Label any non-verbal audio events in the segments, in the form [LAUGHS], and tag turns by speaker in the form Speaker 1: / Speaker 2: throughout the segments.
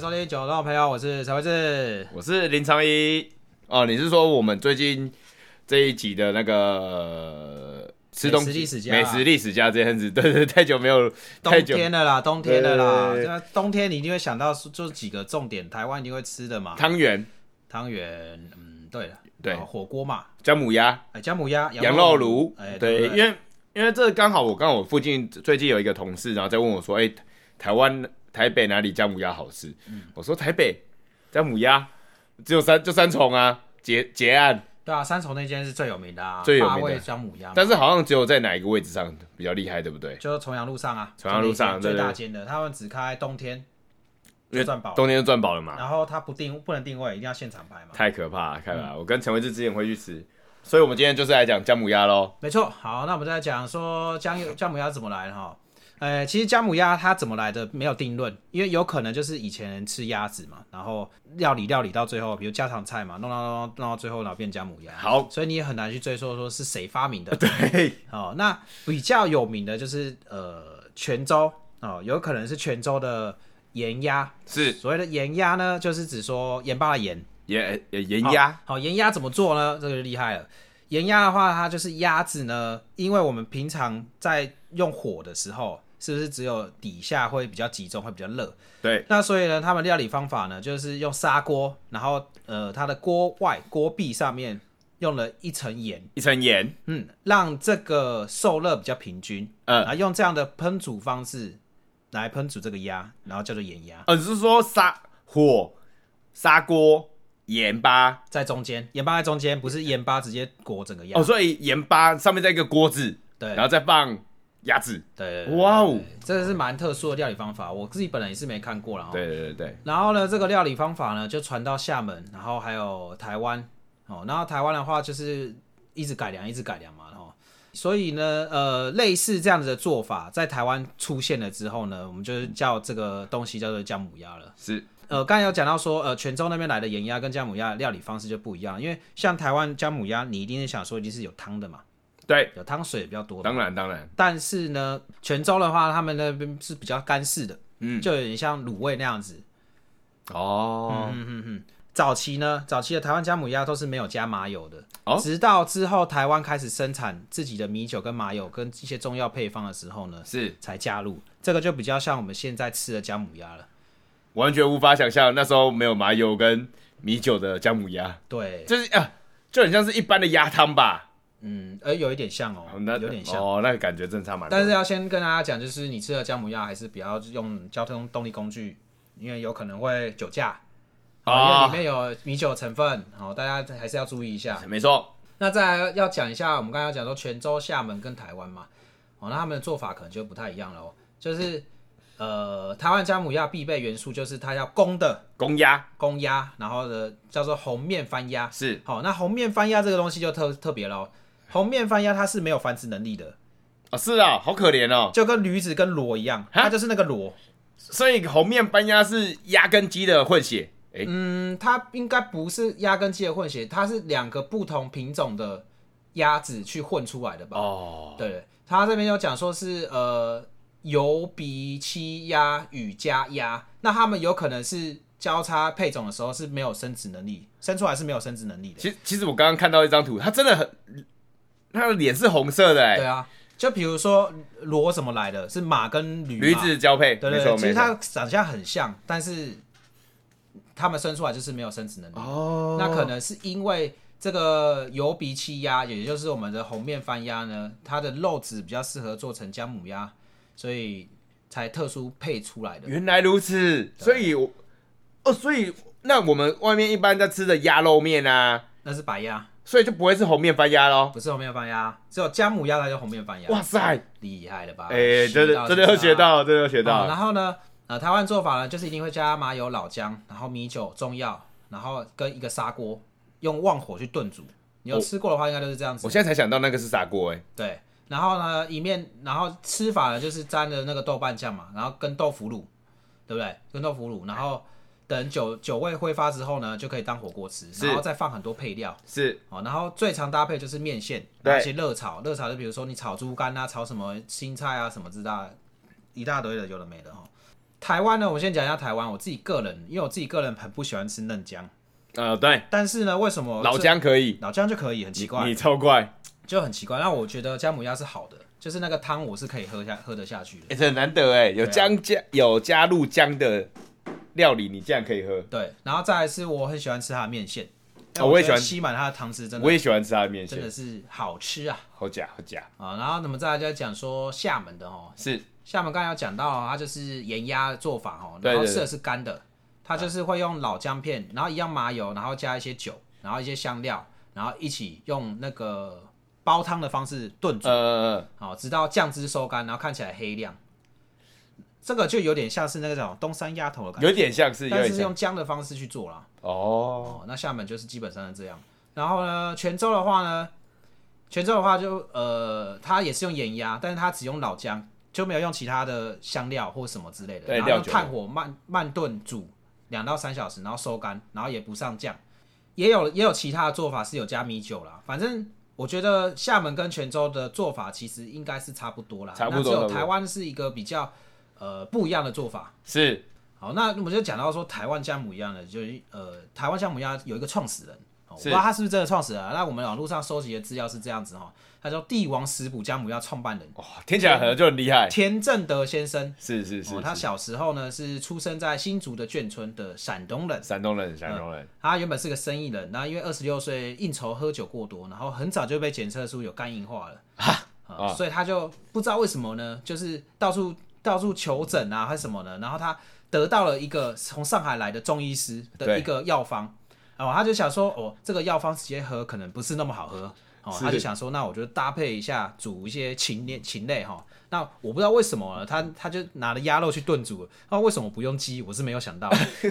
Speaker 1: 收听《九龙朋友》，我是陈慧志。
Speaker 2: 我是林长一。哦，你是说我们最近这一集的那个呃吃东西
Speaker 1: 美食历史家
Speaker 2: 美食历史家这样子？ [LAUGHS] 对对，对太久没有，
Speaker 1: 冬
Speaker 2: 太久
Speaker 1: 天了啦，冬天了啦，
Speaker 2: 对
Speaker 1: 那冬天你一定会想到就是几个重点，台湾一定会吃的嘛，
Speaker 2: 汤圆、
Speaker 1: 汤圆，嗯，对了，
Speaker 2: 对
Speaker 1: 啊火锅嘛，
Speaker 2: 姜母鸭、
Speaker 1: 哎，姜母鸭、
Speaker 2: 羊肉炉
Speaker 1: 哎，，
Speaker 2: 对，
Speaker 1: 对
Speaker 2: 因
Speaker 1: 不对，
Speaker 2: 为因为这刚好我刚好我附近最近有一个同事，然后在问我说，哎，台湾台北哪里姜母鸭好吃？
Speaker 1: 嗯
Speaker 2: 我说台北姜母鸭只有三就三重啊，结结案，
Speaker 1: 对啊，三重那间是最有名的啊，
Speaker 2: 最有名的
Speaker 1: 八味姜母鸭嘛，
Speaker 2: 但是好像只有在哪一个位置上比较厉害，对不对？
Speaker 1: 就是重阳路上啊，
Speaker 2: 重阳路上
Speaker 1: 就那一间最
Speaker 2: 对对
Speaker 1: 大间的，他们只开冬天，
Speaker 2: 因
Speaker 1: 就
Speaker 2: 为
Speaker 1: 赚饱了
Speaker 2: 冬天就赚饱了嘛。
Speaker 1: 然后他不定不能定位，一定要现场拍嘛，
Speaker 2: 太可怕了，看来、我跟陈慧志之前会去吃，所以我们今天就是来讲姜母鸭喽。
Speaker 1: 没错，好，那我们再讲说姜姜母鸭怎么来的哈。呃，其实姜母鸭它怎么来的没有定论，因为有可能就是以前人吃鸭子嘛，然后料理料理到最后，比如家常菜嘛，弄到弄到弄到最后，然后变姜母鸭。
Speaker 2: 好，
Speaker 1: 所以你也很难去追溯说是谁发明的。
Speaker 2: [LAUGHS] 对，
Speaker 1: 哦，那比较有名的就是呃泉州哦，有可能是泉州的盐鸭。
Speaker 2: 是
Speaker 1: 所谓的盐鸭呢，就是指说盐巴的盐，
Speaker 2: 盐呃盐鸭，
Speaker 1: 好，盐鸭怎么做呢？这个就厉害了。盐鸭的话，它就是鸭子呢，因为我们平常在用火的时候，是不是只有底下会比较集中，会比较热？
Speaker 2: 对，
Speaker 1: 那所以呢，他们料理方法呢，就是用砂锅，然后呃，它的锅外锅壁上面用了一层盐，
Speaker 2: 一层盐，
Speaker 1: 嗯，让这个受热比较平均，然
Speaker 2: 呃
Speaker 1: 后用这样的烹煮方式来烹煮这个鸭，然后叫做盐鸭，
Speaker 2: 呃，是说砂火砂锅盐巴
Speaker 1: 在中间，盐巴在中间，不是盐巴直接裹整个鸭，
Speaker 2: 哦，所以盐巴上面再一个锅子，
Speaker 1: 对，
Speaker 2: 然后再放鸭子，
Speaker 1: 对，
Speaker 2: 哇哦
Speaker 1: 对，这是蛮特殊的料理方法，我自己本人也是没看过了。
Speaker 2: 对。对对对，
Speaker 1: 然后呢，这个料理方法呢，就传到厦门，然后还有台湾哦。然后台湾的话，就是一直改良，一直改良嘛，哦。所以呢，呃，类似这样子的做法，在台湾出现了之后呢，我们就是叫这个东西叫做姜母鸭了。
Speaker 2: 是
Speaker 1: 呃，刚才有讲到说，呃，泉州那边来的盐鸭跟姜母鸭的料理方式就不一样，因为像台湾姜母鸭，你一定是想说一定是有汤的嘛，
Speaker 2: 对，
Speaker 1: 有汤水比较多嘛
Speaker 2: 当然当然，
Speaker 1: 但是呢，泉州的话，他们那边是比较干式的，
Speaker 2: 嗯，
Speaker 1: 就有点像卤味那样子。嗯
Speaker 2: 哦，
Speaker 1: 早期呢，早期的台湾姜母鸭都是没有加麻油的，
Speaker 2: 哦
Speaker 1: 直到之后台湾开始生产自己的米酒跟麻油跟一些中药配方的时候呢，
Speaker 2: 是
Speaker 1: 才加入。这个就比较像我们现在吃的姜母鸭了。
Speaker 2: 完全无法想象那时候没有麻油跟米酒的姜母鸭，
Speaker 1: 对，
Speaker 2: 就是啊、就很像是一般的鸭汤吧。
Speaker 1: 嗯，呃，有一点像哦
Speaker 2: 哦，那
Speaker 1: 有点像。
Speaker 2: 哦，那个感觉真的差蛮多
Speaker 1: 但
Speaker 2: 的。
Speaker 1: 是要先跟大家讲，就是你吃的姜母鸭还是不要用交通动力工具，因为有可能会酒驾，啊，
Speaker 2: 啊
Speaker 1: 因为里面有米酒成分，好，大家还是要注意一下。
Speaker 2: 哎没错，
Speaker 1: 那再来要讲一下，我们刚才有讲说泉州、厦门跟台湾嘛，哦，那他们的做法可能就不太一样喽。就是呃，台湾姜母鸭必备元素就是它要公的
Speaker 2: 公鸭
Speaker 1: 公鸭，然后呢叫做红面番鸭。
Speaker 2: 是
Speaker 1: 好、那红面番鸭这个东西就特特别喽。红面番鸭它是没有繁殖能力的，
Speaker 2: 啊、是啊，好可怜哦。
Speaker 1: 就跟驴子跟骡一样，它就是那个骡。
Speaker 2: 所以红面斑鸭是鸭跟鸡的混血，哎、
Speaker 1: 嗯，它应该不是鸭跟鸡的混血，它是两个不同品种的鸭子去混出来的吧？
Speaker 2: 哦，
Speaker 1: 对，他这边有讲说是呃油鼻漆鸭与加鸭，那他们有可能是交叉配种的时候是没有生殖能力，生出来是没有生殖能力的。
Speaker 2: 其实其实我刚刚看到一张图，它真的很，它的脸是红色的、
Speaker 1: 对
Speaker 2: 哎、
Speaker 1: 啊，就比如说骡怎么来的，是马跟驴嘛。
Speaker 2: 驴子交配，
Speaker 1: 对
Speaker 2: 没
Speaker 1: 对
Speaker 2: 错
Speaker 1: 对，其
Speaker 2: 没
Speaker 1: 实它
Speaker 2: 错。
Speaker 1: 长相很像，但是他们生出来就是没有生殖能力。
Speaker 2: 哦
Speaker 1: 那可能是因为这个油鼻漆鸭，也就是我们的红面番鸭呢，它的肉质比较适合做成姜母鸭，所以才特殊配出来的。
Speaker 2: 原来如此，所以我哦，所以那我们外面一般在吃的鸭肉面啊，
Speaker 1: 那是白鸭，
Speaker 2: 所以就不会是红面斑鸭喽。
Speaker 1: 不是红面番鸭，只有姜母鸭才叫红面番鸭。
Speaker 2: 哇塞，
Speaker 1: 厉害了吧？
Speaker 2: 哎、真
Speaker 1: 学
Speaker 2: 的
Speaker 1: 到
Speaker 2: 真的又学
Speaker 1: 啊是吧
Speaker 2: 到了，真的又学到
Speaker 1: 哦
Speaker 2: 了，
Speaker 1: 然后呢，呃，台湾做法呢，就是一定会加麻油、老姜，然后米酒、中药，然后跟一个砂锅，用旺火去炖煮。你
Speaker 2: 哦
Speaker 1: 有吃过的话，应该都是这样子
Speaker 2: 我。现在才想到那个是砂锅、哎，
Speaker 1: 对，然后呢，一面，然后吃法呢就是沾了那个豆瓣酱嘛，然后跟豆腐乳，对不对？跟豆腐乳，然后等酒酒味挥发之后呢，就可以当火锅吃，
Speaker 2: 是
Speaker 1: 然后再放很多配料。
Speaker 2: 是
Speaker 1: 哦，然后最常搭配就是面线，
Speaker 2: 对
Speaker 1: 那些热炒，热炒就比如说你炒猪肝啊，炒什么青菜啊，什么之大一大堆的，有的没的哈、哦。台湾呢，我先讲一下台湾，我自己个人，因为我自己个人很不喜欢吃嫩姜，
Speaker 2: 呃，对，
Speaker 1: 但是呢，为什么
Speaker 2: 老
Speaker 1: 这
Speaker 2: 姜可以，
Speaker 1: 老姜就可以，很奇怪，
Speaker 2: 你超怪，
Speaker 1: 就很奇怪。那我觉得姜母鸭是好的，就是那个汤我是可以喝下喝得下去的。
Speaker 2: 欸、这很难得哎，有
Speaker 1: 啊
Speaker 2: 姜加、有加入姜的料理，你竟然可以喝。
Speaker 1: 对，然后再来是我很喜欢吃它的面线，
Speaker 2: 哦我也喜欢
Speaker 1: 吸满它的汤汁，真
Speaker 2: 我
Speaker 1: 的
Speaker 2: 也喜欢吃它的面
Speaker 1: 真
Speaker 2: 线
Speaker 1: 的，是好吃啊
Speaker 2: 好假好假，
Speaker 1: 啊！然后那么再来就讲说厦门的哦，
Speaker 2: 是
Speaker 1: 厦门刚才有讲到，哦它就是盐鸭的做法哦，
Speaker 2: 对
Speaker 1: 然后
Speaker 2: 对对
Speaker 1: 吃的是干的，它就是会用老姜片，然后一样麻油，然后加一些酒，然后一些香料，然后一起用那个煲汤的方式炖煮，
Speaker 2: 呃，
Speaker 1: 好、直到酱汁收干，然后看起来黑亮。这个就有点像是那种东山鸭头的感觉，
Speaker 2: 有点像是有
Speaker 1: 但
Speaker 2: 点
Speaker 1: 是
Speaker 2: 像
Speaker 1: 用姜的方式去做啦。
Speaker 2: 哦，
Speaker 1: 哦，那厦门就是基本上是这样。然后呢，泉州的话呢，泉州的话就呃，它也是用盐鸭，但是它只用老姜，就没有用其他的香料或什么之类的，
Speaker 2: 对
Speaker 1: 然后
Speaker 2: 料
Speaker 1: 用
Speaker 2: 酒
Speaker 1: 炭火慢慢炖煮两到三小时，然后收干，然后也不上酱。也有也有其他的做法是有加米酒啦，反正我觉得厦门跟泉州的做法其实应该是差不多啦，
Speaker 2: 差不多
Speaker 1: 那只
Speaker 2: 差
Speaker 1: 有
Speaker 2: 不多
Speaker 1: 台湾是一个比较呃不一样的做法。
Speaker 2: 是
Speaker 1: 好，那我们就讲到说台湾姜母鸭呢，就是呃，台湾姜母鸭有一个创始人，哦我不
Speaker 2: 是
Speaker 1: 知道他是不是真的创始人、啊。那我们网络上搜集的资料是这样子哈、哦，他叫帝王食谱姜母鸭创办人
Speaker 2: 哇、听起来好像就很厉害，
Speaker 1: 田正德先生。
Speaker 2: 是是哎是
Speaker 1: 哦，他
Speaker 2: 是，
Speaker 1: 小时候呢是出生在新竹的眷村的陕东人，
Speaker 2: 山东人，山东人，
Speaker 1: 他原本是个生意人，那因为二十六岁应酬喝酒过多，然后很早就被检测出有肝硬化了，啊、所以他就不知道为什么呢，就是到处到处求诊啊，还是什么呢？然后他得到了一个从上海来的中医师的
Speaker 2: 对
Speaker 1: 一个药方，哦，他就想说，哦，这个药方直接喝可能不是那么好喝，哦，
Speaker 2: 是
Speaker 1: 他就想说，那我就搭配一下煮一些禽类禽类哈、那我不知道为什么呢他他就拿了鸭肉去炖煮了，那、为什么不用鸡？我是没有
Speaker 2: [LAUGHS]
Speaker 1: 想到，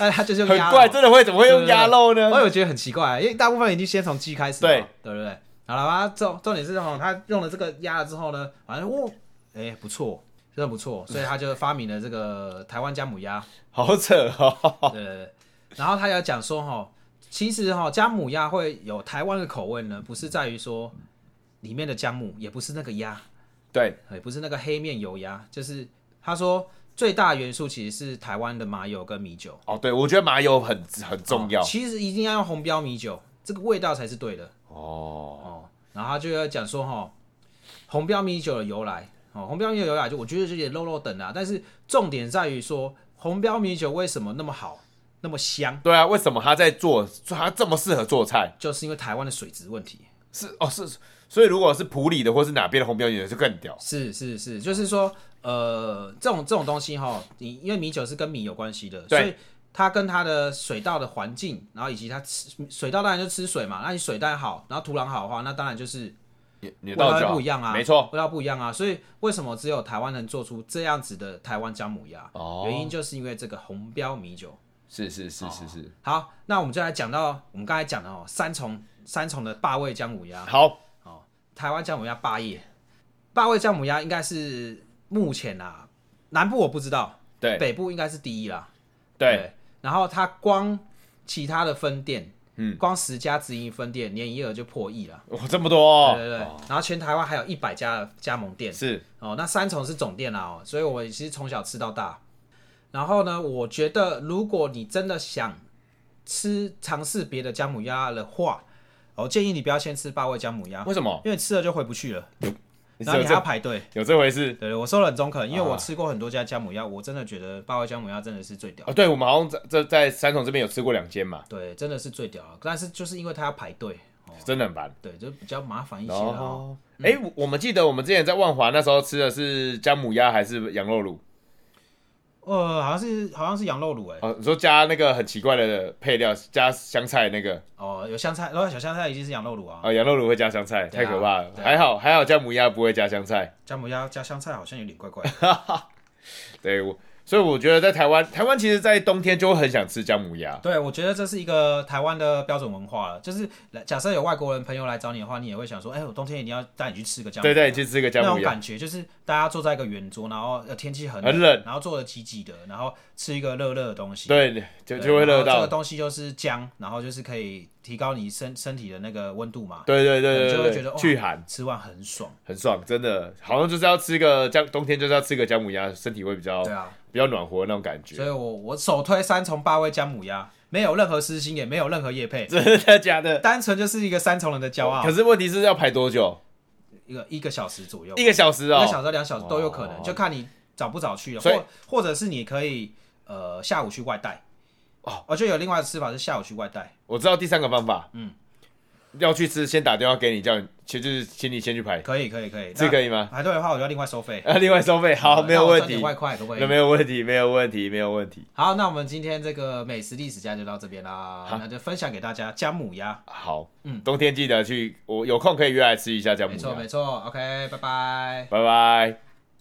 Speaker 1: 但是他就是嗯用
Speaker 2: 很
Speaker 1: 鸭肉
Speaker 2: 怪，。真的会怎么会用鸭肉
Speaker 1: 我
Speaker 2: 呢？
Speaker 1: 有觉得很奇怪，啊因为大部分已经先从鸡开始嘛，
Speaker 2: 对
Speaker 1: 对不对？好了，他重重点是哦，他用了这个鸭了之后呢，反正哦，哎不错，真的不错，所以他就发明了这个台湾姜母鸭，
Speaker 2: 好扯哦， [LAUGHS]
Speaker 1: 对对对。然后他有讲说哈，其实哈姜母鸭会有台湾的口味呢，不是在于说里面的姜母，也不是那个鸭，
Speaker 2: 对，
Speaker 1: 也不是那个黑面油鸭，就是他说最大元素其实是台湾的麻油跟米酒。
Speaker 2: 哦对，我觉得麻油很很重要
Speaker 1: 其实一定要用红标米酒，这个味道才是对的。
Speaker 2: 哦，
Speaker 1: 哦，然后他就要讲说哈、哦红标米酒的由来哦，红标米酒的由来就我觉得有点肉肉等啊，但是重点在于说红标米酒为什么那么好，那么香，
Speaker 2: 对啊，为什么他在做，他这么适合做菜？
Speaker 1: 就是因为台湾的水质问题。
Speaker 2: 是哦是，所以如果是普里的或是哪边的红标也就更屌，
Speaker 1: 是是是，就是说呃，这种这种东西哈、哦你因为米酒是跟米有关系的，所
Speaker 2: 对
Speaker 1: 以。它跟它的水稻的环境，然后以及它吃水稻当然就吃水嘛，那你水稻好，然后土壤好的话，那当然就是
Speaker 2: 你你
Speaker 1: 味
Speaker 2: 的道
Speaker 1: 道
Speaker 2: 具
Speaker 1: 会不一样啊，
Speaker 2: 没错，
Speaker 1: 味道不一样啊，所以为什么只有台湾能做出这样子的台湾姜母鸭？
Speaker 2: 哦
Speaker 1: 原因就是因为这个红标米酒。
Speaker 2: 是是是是是，
Speaker 1: 好，那我们就来讲到我们刚才讲的哦，三重三重的霸味姜母鸭，
Speaker 2: 好，
Speaker 1: 台湾姜母鸭霸业，霸味姜母鸭应该是目前啊，南部我不知道，
Speaker 2: 对
Speaker 1: 北部应该是第一啦。
Speaker 2: 对，
Speaker 1: 然后它光其他的分店，嗯，光十家直营分店年营业额就破亿了。
Speaker 2: 哇，这么多哦，
Speaker 1: 对对对，然后全台湾还有一百家的加盟店。
Speaker 2: 是
Speaker 1: 哦，那三重是总店啦、哦，所以我其实从小吃到大。然后呢，我觉得如果你真的想吃尝试别的姜母鸭的话，我建议你不要先吃八味姜母鸭，
Speaker 2: 为什么？
Speaker 1: 因为吃了就回不去了，
Speaker 2: 你是
Speaker 1: 然后
Speaker 2: 有
Speaker 1: 你还要
Speaker 2: 这
Speaker 1: 排队。
Speaker 2: 有这回事
Speaker 1: 对，我说的很中肯，因为我
Speaker 2: 啊
Speaker 1: 吃过很多家姜母鸭，我真的觉得八味姜母鸭真的是最屌
Speaker 2: 啊？，对，我们好像在在在三重这边有吃过两间嘛，
Speaker 1: 对，真的是最屌了。但是就是因为它要排队，
Speaker 2: 真的很烦。
Speaker 1: 对，就比较麻烦一些
Speaker 2: 然
Speaker 1: 了、哦。
Speaker 2: 后，哎，我我们记得我们之前在万华那时候吃的是姜母鸭还是羊肉卤？
Speaker 1: 呃，好像是好像是羊肉卤哎、
Speaker 2: 哦，你说加那个很奇怪的配料，加香菜那个，
Speaker 1: 哦，有香菜，然后小香菜已经是羊肉卤啊，
Speaker 2: 哦，羊肉卤会加香菜，
Speaker 1: 对啊
Speaker 2: 太可怕了。
Speaker 1: 对啊
Speaker 2: 还好还好姜母鸭不会加香菜，
Speaker 1: 姜母鸭加香菜好像有点怪怪的。
Speaker 2: 对
Speaker 1: 嗯
Speaker 2: 我。所以我觉得在台湾，台湾其实，在冬天就会很想吃姜母鸭。
Speaker 1: 对，我觉得这是一个台湾的标准文化了，就是来假设有外国人朋友来找你的话，你也会想说，哎、我冬天一定要带你去吃个姜母
Speaker 2: 对
Speaker 1: 鸭，
Speaker 2: 对，去吃个姜
Speaker 1: 那
Speaker 2: 母
Speaker 1: 种
Speaker 2: 鸭，
Speaker 1: 感觉就是大家坐在一个圆桌，然后呃天气很
Speaker 2: 很冷
Speaker 1: 然后坐的挤挤的，然后吃一个热热的东西，
Speaker 2: 对，就
Speaker 1: 对
Speaker 2: 就会
Speaker 1: 然
Speaker 2: 热
Speaker 1: 后这
Speaker 2: 到
Speaker 1: 个。东西就是姜，然后就是可以提高你身身体的那个温度嘛，
Speaker 2: 对对对
Speaker 1: 你就会
Speaker 2: 对
Speaker 1: 觉
Speaker 2: 对
Speaker 1: 得哦
Speaker 2: 对，
Speaker 1: 哇
Speaker 2: 去寒
Speaker 1: 吃完很爽。
Speaker 2: 很爽，真的，好像就是要吃个姜，冬天就是要吃个姜母鸭，身体会比较
Speaker 1: 对啊，
Speaker 2: 比较暖和的那种感
Speaker 1: 所
Speaker 2: 觉。
Speaker 1: 以我我首推三重八味姜母鸭，没有任何私心，也没有任何业配，
Speaker 2: 真的假的？
Speaker 1: 单纯就是一个三重人的骄傲
Speaker 2: 可。是问题是要排多久？
Speaker 1: 一个一个小时左右，
Speaker 2: 一个小时
Speaker 1: 一
Speaker 2: 哦
Speaker 1: 个。小时到两小时都有可
Speaker 2: 哦
Speaker 1: 能，就看你早不早去了，啊
Speaker 2: 所以
Speaker 1: 或或者是你可以呃下午去外带。
Speaker 2: 哦，
Speaker 1: 就有另外的吃法是下午去外带，
Speaker 2: 我知道第三个方法，
Speaker 1: 嗯，
Speaker 2: 要去吃先打电话给你，叫你，其实就是请你先去排，
Speaker 1: 可以可以可以，
Speaker 2: 这
Speaker 1: 那
Speaker 2: 可以吗？
Speaker 1: 排队的话我就要另外收费。
Speaker 2: 啊，另外收费，好，
Speaker 1: 呃
Speaker 2: 没有
Speaker 1: 那我
Speaker 2: 问
Speaker 1: 赚
Speaker 2: 题
Speaker 1: 点，外快可不可
Speaker 2: 那没
Speaker 1: 以？
Speaker 2: 有问题，没有问题，没有问题。
Speaker 1: 好，那我们今天这个美食历史家就到这边啦
Speaker 2: 好，
Speaker 1: 那就分享给大家姜母鸭，
Speaker 2: 好，
Speaker 1: 嗯
Speaker 2: 冬天记得去，我有空可以约来吃一下姜母
Speaker 1: 没错
Speaker 2: 鸭
Speaker 1: 没。错，OK，拜拜。
Speaker 2: 拜拜。